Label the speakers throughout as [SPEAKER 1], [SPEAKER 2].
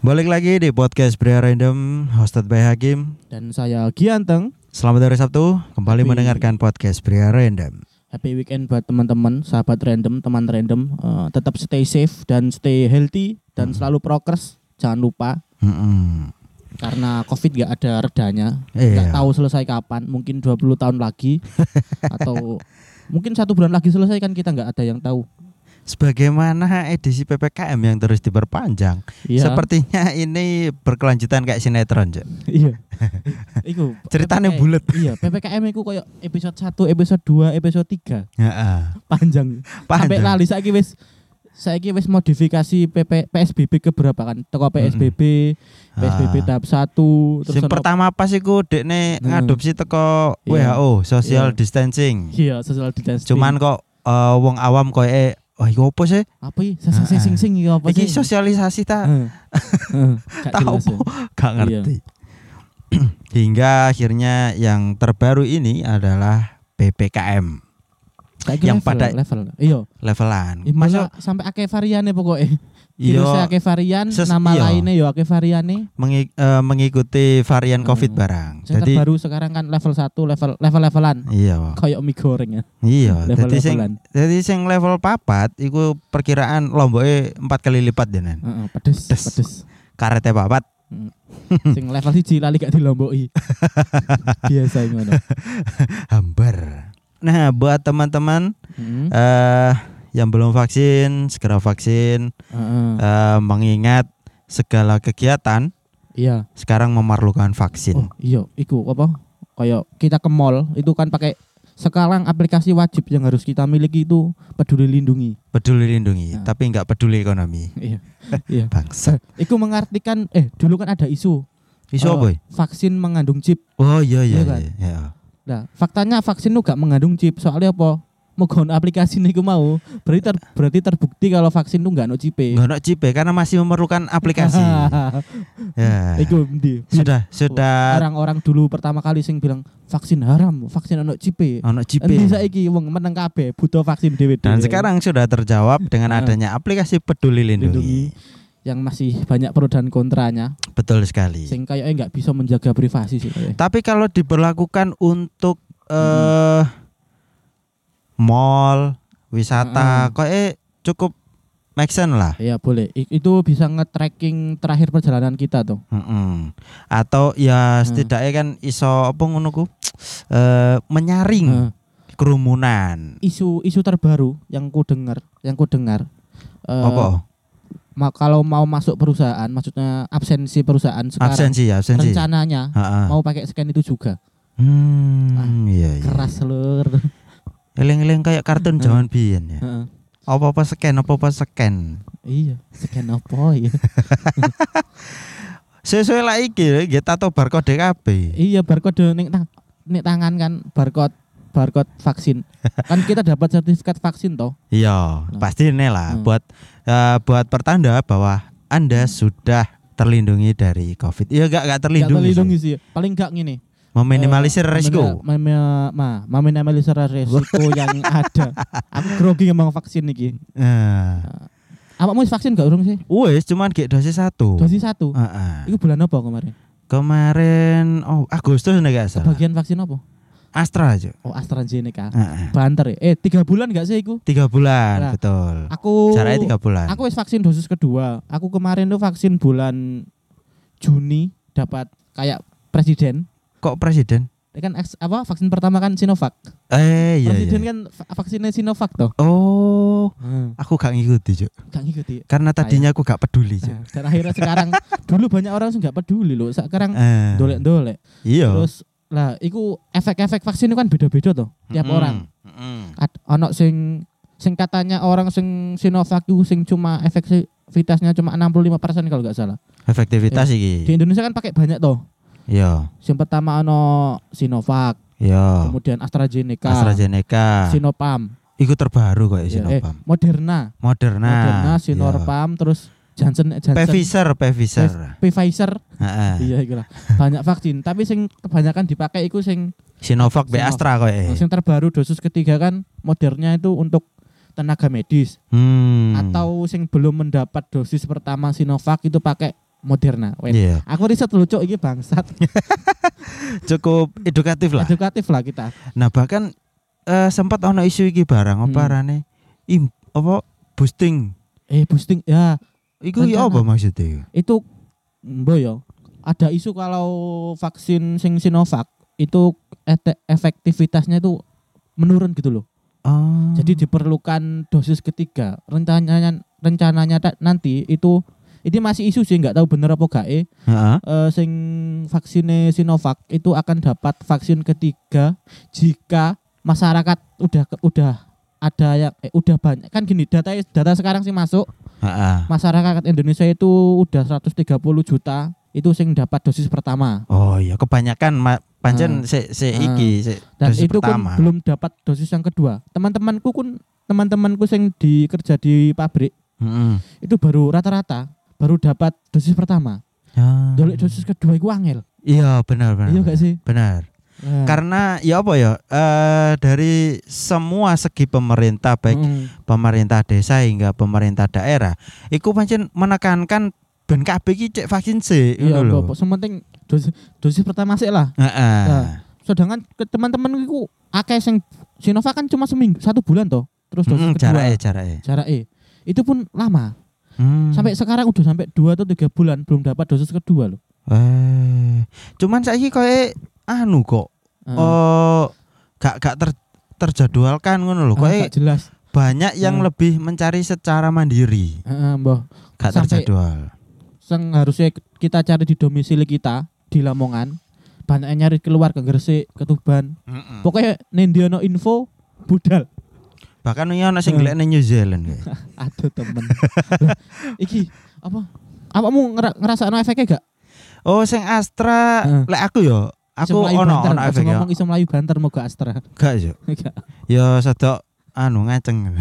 [SPEAKER 1] Balik lagi di podcast Bria Random hosted by Hakim.
[SPEAKER 2] Dan saya Gianteng.
[SPEAKER 1] Selamat hari Sabtu, kembali
[SPEAKER 2] Happy-
[SPEAKER 1] mendengarkan podcast Bria Random.
[SPEAKER 2] Happy weekend buat teman-teman, sahabat random, teman random. Eh, tetap stay safe dan stay healthy
[SPEAKER 1] Hmm.
[SPEAKER 2] dan selalu prokes. Jangan lupa
[SPEAKER 1] Mm-mm.
[SPEAKER 2] karena COVID nggak ada redanya.
[SPEAKER 1] Iya.
[SPEAKER 2] Nggak tahu selesai kapan. Mungkin 20 tahun lagi atau mungkin satu bulan lagi selesai kan kita nggak ada yang tahu.
[SPEAKER 1] Sebagaimana edisi PPKM yang terus diperpanjang,
[SPEAKER 2] Iya.
[SPEAKER 1] sepertinya ini berkelanjutan kayak sinetron, Cok.
[SPEAKER 2] iya. Iku
[SPEAKER 1] Ceritanya
[SPEAKER 2] PPKM
[SPEAKER 1] bulat.
[SPEAKER 2] Iya, PPKM itu koyo episode 1, episode 2, episode 3.
[SPEAKER 1] Heeh.
[SPEAKER 2] Panjang. Sampai
[SPEAKER 1] Panjang.
[SPEAKER 2] lali saiki wis saiki wis modifikasi PP, PSBB ke berapa kan? Teko PSBB, PSBB
[SPEAKER 1] Hmm. Ah.
[SPEAKER 2] tahap 1, terus
[SPEAKER 1] Sing
[SPEAKER 2] ono-
[SPEAKER 1] pertama pas iku dekne
[SPEAKER 2] Hmm.
[SPEAKER 1] ngadopsi teko
[SPEAKER 2] Iya.
[SPEAKER 1] WHO, social
[SPEAKER 2] Iya.
[SPEAKER 1] distancing.
[SPEAKER 2] iya social distancing.
[SPEAKER 1] Cuman kok eh, wong awam koyo eh, wah iku opo sih?
[SPEAKER 2] apa iki? Sing sing sing sing iki apa
[SPEAKER 1] Iki
[SPEAKER 2] sih?
[SPEAKER 1] sosialisasi ta?
[SPEAKER 2] Heeh. Heeh. Gak
[SPEAKER 1] Tahu
[SPEAKER 2] jelas ya.
[SPEAKER 1] Gak ngerti. Hingga akhirnya yang terbaru ini adalah PPKM
[SPEAKER 2] Saiki
[SPEAKER 1] Yang
[SPEAKER 2] level,
[SPEAKER 1] pada-
[SPEAKER 2] level. Iya,
[SPEAKER 1] levelan.
[SPEAKER 2] iya,
[SPEAKER 1] Masa
[SPEAKER 2] malah sampai akeh variane pokoke.
[SPEAKER 1] iya
[SPEAKER 2] Virusnya akeh varian,
[SPEAKER 1] Ses-
[SPEAKER 2] nama
[SPEAKER 1] iya.
[SPEAKER 2] lainnya yo akeh variane.
[SPEAKER 1] mengi- eh, mengikuti varian
[SPEAKER 2] Hmm.
[SPEAKER 1] Covid barang.
[SPEAKER 2] Sing
[SPEAKER 1] Jadi
[SPEAKER 2] terbaru sekarang kan level 1, level level-levelan.
[SPEAKER 1] iya.
[SPEAKER 2] Kayak mie goreng ya.
[SPEAKER 1] Iya, jadi sing
[SPEAKER 2] Level-levelan.
[SPEAKER 1] jadi sing level papat iku perkiraan lomboke empat kali lipat denan.
[SPEAKER 2] Heeh, pedes,
[SPEAKER 1] Pedes.
[SPEAKER 2] pedes.
[SPEAKER 1] Karete papat.
[SPEAKER 2] sing level siji lali gak dilomboki. Biasa ngono.
[SPEAKER 1] hambar. Nah, buat teman-teman
[SPEAKER 2] Heeh.
[SPEAKER 1] eh yang belum vaksin, segera vaksin
[SPEAKER 2] Heeh.
[SPEAKER 1] eh, mengingat segala kegiatan
[SPEAKER 2] Iya.
[SPEAKER 1] sekarang memerlukan vaksin.
[SPEAKER 2] Oh, iya, iku apa? Kayak kita ke mall itu kan pakai sekarang aplikasi wajib yang harus kita miliki itu Peduli Lindungi.
[SPEAKER 1] Peduli lindungi,
[SPEAKER 2] Nah.
[SPEAKER 1] tapi nggak peduli ekonomi.
[SPEAKER 2] Iya. Iya.
[SPEAKER 1] Bangsa.
[SPEAKER 2] Iku mengartikan eh dulu kan ada isu
[SPEAKER 1] Isu
[SPEAKER 2] Eh,
[SPEAKER 1] apa? ya?
[SPEAKER 2] vaksin mengandung chip.
[SPEAKER 1] Oh iya iya
[SPEAKER 2] iya kan?
[SPEAKER 1] iya. iya.
[SPEAKER 2] Nah, faktanya vaksin itu gak mengandung chip. Soalnya apa? Mau aplikasi niku mau berarti ter- berarti terbukti kalau vaksin itu gak no chip.
[SPEAKER 1] Nggak ada chip ya, karena masih memerlukan aplikasi. ya.
[SPEAKER 2] Iku ndi?
[SPEAKER 1] Sudah sudah
[SPEAKER 2] orang-orang dulu pertama kali sing bilang vaksin haram, vaksin anak cipe.
[SPEAKER 1] ono chip.
[SPEAKER 2] Endi
[SPEAKER 1] ya.
[SPEAKER 2] saiki wong meneng kabeh butuh vaksin dhewe.
[SPEAKER 1] Dan sekarang sudah terjawab dengan
[SPEAKER 2] Ah.
[SPEAKER 1] adanya aplikasi Peduli Lindungi.
[SPEAKER 2] yang masih banyak pro dan kontranya
[SPEAKER 1] Betul sekali.
[SPEAKER 2] sing kayaknya nggak bisa menjaga privasi sih kayaknya.
[SPEAKER 1] Tapi kalau diberlakukan untuk
[SPEAKER 2] Hmm.
[SPEAKER 1] eh mall,
[SPEAKER 2] Ah.
[SPEAKER 1] wisata, kok eh, cukup make sense lah.
[SPEAKER 2] Iya boleh. I- itu bisa nge-tracking terakhir perjalanan kita tuh.
[SPEAKER 1] Mm-mm. Atau
[SPEAKER 2] Hmm.
[SPEAKER 1] ya setidaknya kan iso apa ngono ku eh, menyaring
[SPEAKER 2] Nah,
[SPEAKER 1] kerumunan.
[SPEAKER 2] isu isu terbaru yang ku dengar, yang ku dengar. eh,
[SPEAKER 1] apa?
[SPEAKER 2] ma- kalau mau masuk perusahaan, maksudnya absensi perusahaan sekarang
[SPEAKER 1] Absensi ya, absensi.
[SPEAKER 2] rencananya
[SPEAKER 1] Ha-ha.
[SPEAKER 2] mau pakai scan itu juga.
[SPEAKER 1] Hmm,
[SPEAKER 2] Oh. Ah,
[SPEAKER 1] iya iya.
[SPEAKER 2] Keras Hmm. lur.
[SPEAKER 1] Eling-eling kayak kartun jaman biyen ya.
[SPEAKER 2] Heeh.
[SPEAKER 1] Apa-apa scan, apa-apa scan.
[SPEAKER 2] Iya, scan apa ya?
[SPEAKER 1] Sesuai lah iki, nggih tato barcode kabeh.
[SPEAKER 2] iya, barcode ning tang ning tangan kan barcode barcode vaksin. Kan kita dapat sertifikat vaksin toh.
[SPEAKER 1] Iya,
[SPEAKER 2] Nah.
[SPEAKER 1] pasti ini lah
[SPEAKER 2] Hmm.
[SPEAKER 1] buat eh, buat pertanda bahwa Anda sudah terlindungi dari Covid. Iya, enggak enggak
[SPEAKER 2] Nggak
[SPEAKER 1] terlindungi.
[SPEAKER 2] terlindungi
[SPEAKER 1] sih.
[SPEAKER 2] sih. Paling enggak ngene.
[SPEAKER 1] Meminimalisir
[SPEAKER 2] eh,
[SPEAKER 1] risiko.
[SPEAKER 2] memina- mem- ma- Meminimalisir risiko yang ada. Aku grogi ngomong vaksin iki.
[SPEAKER 1] Eh,
[SPEAKER 2] Awakmu wis vaksin gak urung sih?
[SPEAKER 1] Wes, cuman gek dosis satu.
[SPEAKER 2] Dosis satu.
[SPEAKER 1] Heeh.
[SPEAKER 2] Iku bulan apa kemarin?
[SPEAKER 1] Kemarin oh Agustus nih gak salah.
[SPEAKER 2] Bagian vaksin apa?
[SPEAKER 1] Astra aja.
[SPEAKER 2] Oh, AstraZeneca.
[SPEAKER 1] Heeh.
[SPEAKER 2] Banter ya. Eh, tiga bulan gak sih iku?
[SPEAKER 1] Tiga bulan
[SPEAKER 2] Nah,
[SPEAKER 1] betul.
[SPEAKER 2] Aku
[SPEAKER 1] Caranya tiga bulan.
[SPEAKER 2] Aku wis vaksin dosis kedua. Aku kemarin tuh vaksin bulan Juni dapat kayak presiden.
[SPEAKER 1] Kok presiden?
[SPEAKER 2] Ya Kan eks- apa vaksin pertama kan Sinovac.
[SPEAKER 1] Eh iya.
[SPEAKER 2] presiden
[SPEAKER 1] iya.
[SPEAKER 2] kan va- vaksinnya Sinovac toh.
[SPEAKER 1] Oh,
[SPEAKER 2] Heeh.
[SPEAKER 1] aku gak ngikuti Cuk.
[SPEAKER 2] Gak ngikuti.
[SPEAKER 1] Karena tadinya aku gak peduli Cuk.
[SPEAKER 2] Nah, dan akhirnya sekarang dulu banyak orang sih nggak peduli loh. Sekarang
[SPEAKER 1] Eh,
[SPEAKER 2] dolek-dolek.
[SPEAKER 1] Iya.
[SPEAKER 2] Terus lah iku efek-efek vaksin itu kan beda-beda toh tiap
[SPEAKER 1] Mm-mm.
[SPEAKER 2] orang.
[SPEAKER 1] Mm-mm.
[SPEAKER 2] Ad, ono sing sing katanya orang sing Sinovac itu sing cuma efektivitasnya cuma 65% kalau nggak salah.
[SPEAKER 1] Efektivitas
[SPEAKER 2] Di
[SPEAKER 1] iki.
[SPEAKER 2] Indonesia kan pakai banyak toh.
[SPEAKER 1] Iya.
[SPEAKER 2] Yang pertama ono Sinovac,
[SPEAKER 1] Iya.
[SPEAKER 2] kemudian AstraZeneca,
[SPEAKER 1] AstraZeneca.
[SPEAKER 2] Sinopharm,
[SPEAKER 1] Iku terbaru kok ya,
[SPEAKER 2] ya, eh,
[SPEAKER 1] Sinopharm.
[SPEAKER 2] Moderna,
[SPEAKER 1] Moderna.
[SPEAKER 2] Moderna,
[SPEAKER 1] iya.
[SPEAKER 2] Sinopharm, terus Johnson and Johnson,
[SPEAKER 1] Pfizer, Nah. Pfizer.
[SPEAKER 2] Pfizer,
[SPEAKER 1] Heeh.
[SPEAKER 2] iya ikulah. Banyak vaksin, tapi sing kebanyakan dipakai iku sing
[SPEAKER 1] Sinovac B
[SPEAKER 2] Sinovac.
[SPEAKER 1] Astra kok ya.
[SPEAKER 2] sing terbaru dosis ketiga kan Moderna itu untuk tenaga medis
[SPEAKER 1] Hmm.
[SPEAKER 2] atau sing belum mendapat dosis pertama Sinovac itu pakai Moderna. Weh,
[SPEAKER 1] Iya.
[SPEAKER 2] Aku riset lucu ini bangsat.
[SPEAKER 1] Cukup edukatif lah.
[SPEAKER 2] Edukatif lah kita.
[SPEAKER 1] Nah, bahkan eh, sempat ono isu iki barang apa
[SPEAKER 2] Hmm.
[SPEAKER 1] arane? Im apa boosting.
[SPEAKER 2] Eh boosting ya
[SPEAKER 1] Iku ya
[SPEAKER 2] Rencana.
[SPEAKER 1] apa maksudnya?
[SPEAKER 2] itu boyo. Ada isu kalau vaksin sing Sinovac itu ete- efektivitasnya itu menurun gitu loh.
[SPEAKER 1] Oh.
[SPEAKER 2] Jadi diperlukan dosis ketiga. Rencananya rencananya ta- nanti itu ini masih isu sih nggak tahu bener apa gak eh.
[SPEAKER 1] Heeh.
[SPEAKER 2] Eh, sing vaksinnya Sinovac itu akan dapat vaksin ketiga jika masyarakat udah ke- udah ada yang eh, udah banyak kan gini data data sekarang sih masuk
[SPEAKER 1] Heeh.
[SPEAKER 2] masyarakat Indonesia itu udah 130 juta itu sing dapat dosis pertama
[SPEAKER 1] Oh iya, kebanyakan ma- pancen se se
[SPEAKER 2] Ah.
[SPEAKER 1] iki se
[SPEAKER 2] dan
[SPEAKER 1] dosis
[SPEAKER 2] itu
[SPEAKER 1] pertama.
[SPEAKER 2] pun belum dapat dosis yang kedua teman-temanku pun teman-temanku sing di kerja di pabrik
[SPEAKER 1] Heeh.
[SPEAKER 2] itu baru rata-rata baru dapat dosis pertama
[SPEAKER 1] Ah.
[SPEAKER 2] dolek dosis kedua itu angel
[SPEAKER 1] Iya, benar benar.
[SPEAKER 2] iya gak sih
[SPEAKER 1] Benar.
[SPEAKER 2] Nah,
[SPEAKER 1] Karena ya apa ya? Eh dari semua segi pemerintah baik
[SPEAKER 2] mm.
[SPEAKER 1] pemerintah desa hingga pemerintah daerah iku pancen menekankan ben kabeh iki cek vaksin sih ngono
[SPEAKER 2] Iya,
[SPEAKER 1] lho.
[SPEAKER 2] Bapak. Sementing dosis, dosis pertama sih lah.
[SPEAKER 1] Heeh.
[SPEAKER 2] Nah. Sedangkan ke teman-teman iku akeh sing Sinovac kan cuma seminggu, satu bulan toh. Terus dosis
[SPEAKER 1] Mm,
[SPEAKER 2] kedua.
[SPEAKER 1] Jarake jarake.
[SPEAKER 2] Jarake. Itu pun lama.
[SPEAKER 1] Hmm.
[SPEAKER 2] Sampai sekarang udah sampai dua atau tiga bulan belum dapat dosis kedua loh.
[SPEAKER 1] eh cuman saiki koyo anu kok
[SPEAKER 2] Heeh.
[SPEAKER 1] oh gak gak ter- terjadwalkan ngono lho.
[SPEAKER 2] Ah,
[SPEAKER 1] Koyo
[SPEAKER 2] gak jelas.
[SPEAKER 1] banyak yang
[SPEAKER 2] Hmm.
[SPEAKER 1] lebih mencari secara mandiri,
[SPEAKER 2] Heeh, Mbah.
[SPEAKER 1] gak
[SPEAKER 2] Sampai-
[SPEAKER 1] terjadwal.
[SPEAKER 2] Sing harusnya kita cari di domisili kita di Lamongan. Banyak yang nyari keluar ke Gresik, ke Tuban.
[SPEAKER 1] Mm-mm.
[SPEAKER 2] Pokoknya nendiono info budal.
[SPEAKER 1] Bahkan ini ana sing
[SPEAKER 2] Hmm.
[SPEAKER 1] gelek nang New Zealand kayak.
[SPEAKER 2] Aduh temen. Lah, iki apa? Apa mu ngera ngerasa efeknya gak?
[SPEAKER 1] Oh, sing Astra
[SPEAKER 2] Hmm.
[SPEAKER 1] lek aku yo aku
[SPEAKER 2] Iso Melayu
[SPEAKER 1] ono
[SPEAKER 2] banter,
[SPEAKER 1] ono
[SPEAKER 2] aja
[SPEAKER 1] efek yo.
[SPEAKER 2] ngomong iso melayu banter mau gak Astra.
[SPEAKER 1] Gak yo.
[SPEAKER 2] Gak.
[SPEAKER 1] Ya sedok anu ngaceng.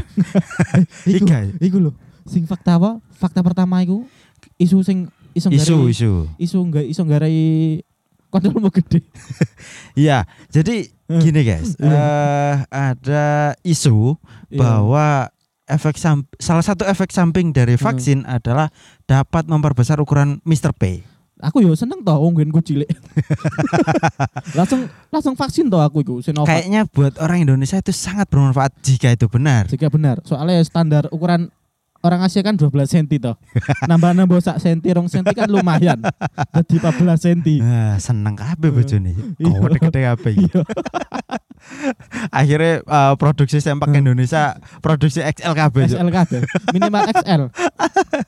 [SPEAKER 2] iku,
[SPEAKER 1] Iga. ya?
[SPEAKER 2] iku lho. Sing fakta apa? Fakta pertama iku isu sing
[SPEAKER 1] Isu
[SPEAKER 2] iso nggarai
[SPEAKER 1] isu.
[SPEAKER 2] isu enggak iso nggarai kontrol mau gede.
[SPEAKER 1] Iya, jadi
[SPEAKER 2] Hmm.
[SPEAKER 1] gini guys. Eh
[SPEAKER 2] Iya.
[SPEAKER 1] ada isu bahwa efek sam- salah satu efek samping dari
[SPEAKER 2] Hmm.
[SPEAKER 1] vaksin adalah dapat memperbesar ukuran Mr. P.
[SPEAKER 2] aku yo seneng toh wong genku cilik. langsung langsung vaksin toh aku iku Sinovac.
[SPEAKER 1] Kayaknya buat orang Indonesia itu sangat bermanfaat jika itu benar.
[SPEAKER 2] Jika benar. Soalnya standar ukuran orang Asia kan 12 cm toh. Nambah-nambah sak senti, rong senti kan lumayan. Jadi 14 cm.
[SPEAKER 1] Ah, seneng kabeh bojone.
[SPEAKER 2] Iya.
[SPEAKER 1] Kok gede kabeh. iki.
[SPEAKER 2] Iya.
[SPEAKER 1] Akhirnya eh, produksi sempak
[SPEAKER 2] Hmm.
[SPEAKER 1] Indonesia produksi XL kabeh. Cuk.
[SPEAKER 2] XL kabeh. Minimal XL.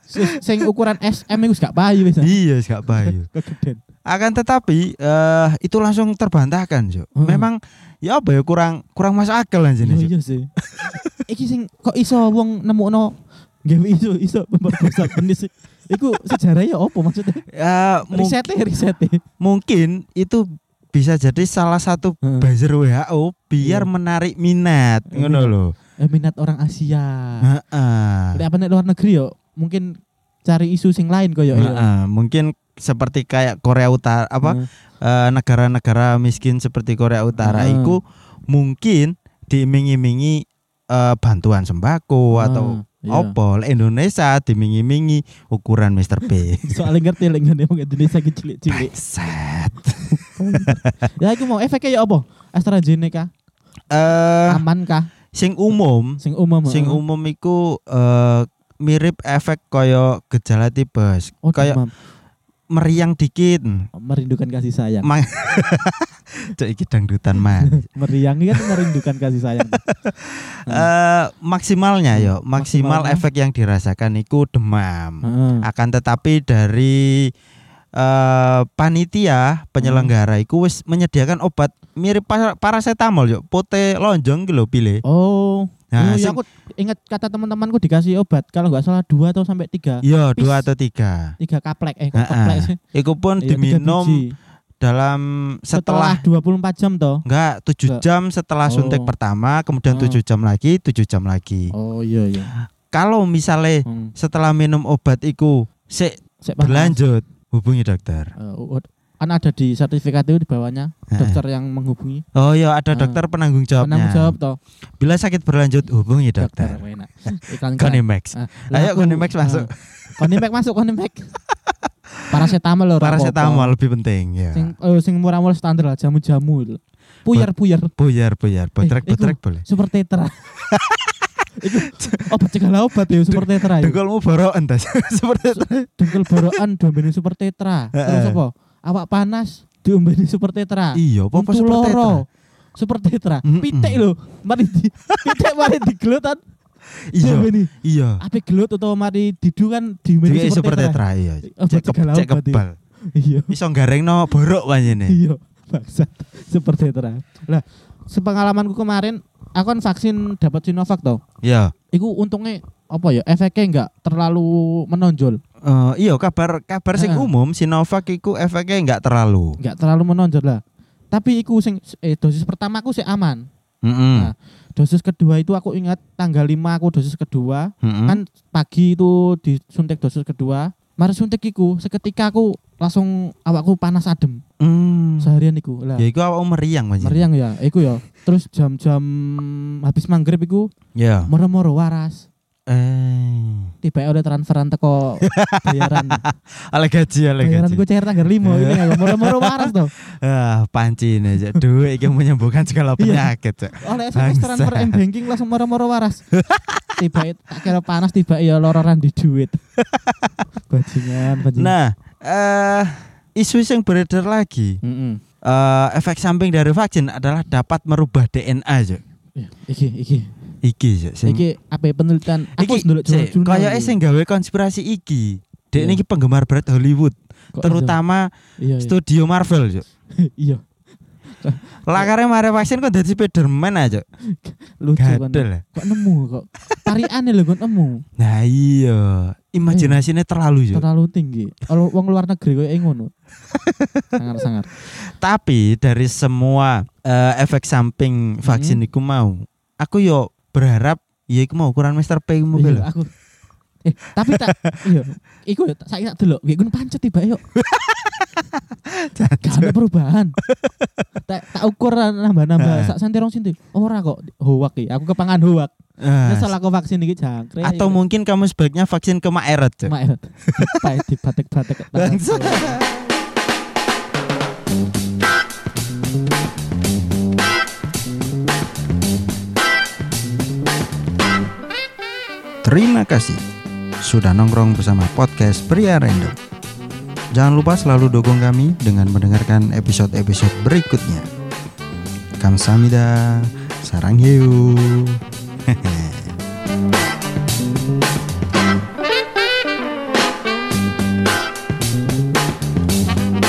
[SPEAKER 2] S- Sing ukuran SM iku gak payu wis.
[SPEAKER 1] Iya, gak payu.
[SPEAKER 2] Kegeden.
[SPEAKER 1] Akan tetapi eh itu langsung terbantahkan, Cuk.
[SPEAKER 2] Hmm.
[SPEAKER 1] Memang ya apa ya kurang kurang masuk akal anjene, Cuk.
[SPEAKER 2] Iya iya sih. Iki sing kok iso wong nemukno gawe iso iso pemerkosa jenis sih. Iku sejarahnya opo maksudnya?
[SPEAKER 1] Eh, mung-
[SPEAKER 2] Risete risete.
[SPEAKER 1] mungkin itu bisa jadi salah satu
[SPEAKER 2] Heeh.
[SPEAKER 1] buzzer WHO biar
[SPEAKER 2] Hmm. Iya.
[SPEAKER 1] menarik minat,
[SPEAKER 2] Iya.
[SPEAKER 1] ngono lho.
[SPEAKER 2] Eh, minat orang Asia.
[SPEAKER 1] Heeh.
[SPEAKER 2] Lek apa nek luar negeri yo mungkin cari isu sing lain koyo yo.
[SPEAKER 1] Heeh, Mungkin seperti kayak Korea Utara apa
[SPEAKER 2] Heeh.
[SPEAKER 1] eh, negara-negara miskin seperti Korea Utara
[SPEAKER 2] Heeh.
[SPEAKER 1] itu mungkin diiming-imingi eh, bantuan sembako atau
[SPEAKER 2] Iya.
[SPEAKER 1] opo Lek Indonesia dimingi-mingi ukuran Mr. B.
[SPEAKER 2] Soalnya ngerti lek ngene wong Indonesia ki cilik-cilik.
[SPEAKER 1] Set.
[SPEAKER 2] ya iku mau efeknya ya opo? AstraZeneca
[SPEAKER 1] Eh
[SPEAKER 2] aman kah?
[SPEAKER 1] sing umum,
[SPEAKER 2] Sing umum.
[SPEAKER 1] sing um-
[SPEAKER 2] heeh.
[SPEAKER 1] umum iku eh, mirip efek koyo gejala tipes.
[SPEAKER 2] Oh,
[SPEAKER 1] Kayak
[SPEAKER 2] demam.
[SPEAKER 1] meriang dikit.
[SPEAKER 2] merindukan kasih sayang.
[SPEAKER 1] Mang Cuk iki dangdutan man.
[SPEAKER 2] Meriang kan merindukan kasih sayang.
[SPEAKER 1] Eh, maksimalnya yo, maksimal
[SPEAKER 2] Maksimalnya.
[SPEAKER 1] efek yang dirasakan iku demam.
[SPEAKER 2] Heeh.
[SPEAKER 1] Akan tetapi dari eh, panitia penyelenggara iku wis menyediakan obat mirip par- paracetamol yo, pote lonjong gitu lho pilih.
[SPEAKER 2] Oh,
[SPEAKER 1] Nah,
[SPEAKER 2] iya, iya,
[SPEAKER 1] sing-
[SPEAKER 2] aku ingat kata teman-temanku dikasih obat kalau nggak salah dua atau sampai tiga,
[SPEAKER 1] Iya,
[SPEAKER 2] Pis.
[SPEAKER 1] dua atau tiga.
[SPEAKER 2] tiga kaplek eh
[SPEAKER 1] Heeh.
[SPEAKER 2] kaplek sih.
[SPEAKER 1] Iku pun
[SPEAKER 2] Iya, tiga
[SPEAKER 1] diminum
[SPEAKER 2] biji.
[SPEAKER 1] dalam
[SPEAKER 2] setelah
[SPEAKER 1] setelah,
[SPEAKER 2] 24 jam toh.
[SPEAKER 1] enggak tujuh
[SPEAKER 2] Enggak.
[SPEAKER 1] jam setelah suntik
[SPEAKER 2] Oh.
[SPEAKER 1] pertama, kemudian
[SPEAKER 2] Ah.
[SPEAKER 1] tujuh jam lagi, tujuh jam lagi.
[SPEAKER 2] Oh iya iya.
[SPEAKER 1] Kalau misalnya
[SPEAKER 2] Hmm.
[SPEAKER 1] setelah minum obat iku sik
[SPEAKER 2] Sek panas.
[SPEAKER 1] berlanjut, hubungi dokter.
[SPEAKER 2] Eh, u- kan ada di sertifikat itu di bawahnya dokter yang menghubungi
[SPEAKER 1] Oh iya, ada
[SPEAKER 2] Ah.
[SPEAKER 1] dokter penanggung jawabnya.
[SPEAKER 2] penanggung jawab toh
[SPEAKER 1] Bila sakit berlanjut, hubungi
[SPEAKER 2] dokter,
[SPEAKER 1] dokter.
[SPEAKER 2] enak iklan iklan.
[SPEAKER 1] Konimax.
[SPEAKER 2] Ah,
[SPEAKER 1] Ayo
[SPEAKER 2] laku-
[SPEAKER 1] Konimax masuk.
[SPEAKER 2] ah. Konimax masuk Konimax Paracetamol lho.
[SPEAKER 1] Paracetamol lebih penting ya.
[SPEAKER 2] Sing eh, sing murah-murah standar lah jamu-jamu itu. Puyer-puyer.
[SPEAKER 1] Buyar buyar, botrek
[SPEAKER 2] Eh, iku-
[SPEAKER 1] botrek boleh.
[SPEAKER 2] Super tetra. Iku obat segala obat ya super tetra ya.
[SPEAKER 1] Dengkulmu boroan tas. Seperti itu.
[SPEAKER 2] Dengkul borokan diombeni super tetra. Terus
[SPEAKER 1] Heeh.
[SPEAKER 2] apa? Awak panas diombeni super tetra.
[SPEAKER 1] Iya, apa
[SPEAKER 2] Untu
[SPEAKER 1] seperti itu.
[SPEAKER 2] Ah. loro. Super tetra.
[SPEAKER 1] Mm-mm.
[SPEAKER 2] Pitik lho. Mari di pitik mari digelutan.
[SPEAKER 1] Iya,
[SPEAKER 2] Diombeni.
[SPEAKER 1] iya.
[SPEAKER 2] Ape gelut atau mari didu kan diombeni
[SPEAKER 1] Jadi
[SPEAKER 2] super
[SPEAKER 1] seperti
[SPEAKER 2] tetra.
[SPEAKER 1] tetra iya.
[SPEAKER 2] Obat
[SPEAKER 1] Cek ke-
[SPEAKER 2] segala
[SPEAKER 1] cek
[SPEAKER 2] obat, iya.
[SPEAKER 1] kebal.
[SPEAKER 2] Iya.
[SPEAKER 1] Iso garengno borok panjene.
[SPEAKER 2] Iya, bangsat. Seperti itu. Lah, sepengalamanku kemarin aku kan vaksin dapat Sinovac toh.
[SPEAKER 1] Iya.
[SPEAKER 2] Iku untungnya apa ya efeknya enggak terlalu menonjol,
[SPEAKER 1] Eh, iya kabar kabar sing
[SPEAKER 2] Heeh.
[SPEAKER 1] umum Sinovac iku efeknya nggak terlalu.
[SPEAKER 2] enggak terlalu menonjol lah. Tapi iku sing eh, dosis pertamaku sih aman.
[SPEAKER 1] Heeh.
[SPEAKER 2] Nah, Dosis kedua itu aku ingat tanggal 5 aku dosis kedua,
[SPEAKER 1] Heeh.
[SPEAKER 2] kan pagi itu disuntik dosis kedua. Mari suntik iku seketika aku langsung awakku panas adem
[SPEAKER 1] Hmm.
[SPEAKER 2] seharian iku. Lah,
[SPEAKER 1] Ya iku awakmu meriang panjene.
[SPEAKER 2] meriang ya iku ya. Terus jam-jam habis maghrib iku
[SPEAKER 1] Ya.
[SPEAKER 2] moro-moro waras.
[SPEAKER 1] Eh.
[SPEAKER 2] tiba oleh transferan teko bayaran
[SPEAKER 1] Ale gaji ale
[SPEAKER 2] bayaran
[SPEAKER 1] gaji.
[SPEAKER 2] gue cair tanggal lima ini nggak moro moro waras tuh
[SPEAKER 1] Ah, panci ini aja. Duit iki menyembuhkan segala
[SPEAKER 2] Iya.
[SPEAKER 1] penyakit. Cak.
[SPEAKER 2] oleh sms
[SPEAKER 1] Bangsat.
[SPEAKER 2] transfer m banking langsung moro moro waras tiba tak kira panas tiba ya lororan di duit bajingan bajingan
[SPEAKER 1] Nah, eh isu yang beredar lagi.
[SPEAKER 2] Mm-mm.
[SPEAKER 1] Eh, efek samping dari vaksin adalah dapat merubah DNA aja.
[SPEAKER 2] Iya, iki iki
[SPEAKER 1] Iki aja.
[SPEAKER 2] iki apa ya, penelitian aku dulu
[SPEAKER 1] Kayak sing gawe konspirasi iki. Dek
[SPEAKER 2] Iya.
[SPEAKER 1] ini penggemar berat Hollywood, terutama
[SPEAKER 2] iya iya,
[SPEAKER 1] studio Marvel. Cak.
[SPEAKER 2] iya
[SPEAKER 1] Lakarnya mare vaksin kok dari Spiderman aja.
[SPEAKER 2] lucu kan
[SPEAKER 1] Gadel.
[SPEAKER 2] kok nemu kok tariannya lho kok nemu
[SPEAKER 1] Nah iya, imajinasinya terlalu Cak.
[SPEAKER 2] terlalu tinggi kalau wong luar negeri kayak ngono sangar sangar
[SPEAKER 1] Tapi dari semua eh, efek samping
[SPEAKER 2] Mhm.
[SPEAKER 1] vaksin iku mau, aku yo berharap ya iku mau ukuran Mr. P
[SPEAKER 2] Iya,
[SPEAKER 1] mobil.
[SPEAKER 2] aku. Eh, tapi tak iya. Iku ya, tak saiki tak delok, gue pancet tiba yuk. Gak ada perubahan. tak tak ukur
[SPEAKER 1] Heeh.
[SPEAKER 2] nambah-nambah sak senti rong senti. Ora kok hoak iki. Aku kepangan hoak.
[SPEAKER 1] Eh,
[SPEAKER 2] Nyesel aku vaksin iki jangkrik.
[SPEAKER 1] atau mungkin kamu sebaiknya vaksin ke Maeret. Cuk.
[SPEAKER 2] Mak, dipae dibatek-batek tak
[SPEAKER 1] Bangsa. Terima kasih sudah nongkrong bersama podcast Pria Random. Jangan lupa selalu dukung kami dengan mendengarkan episode-episode berikutnya. Kamsahamnida, sarang hiu.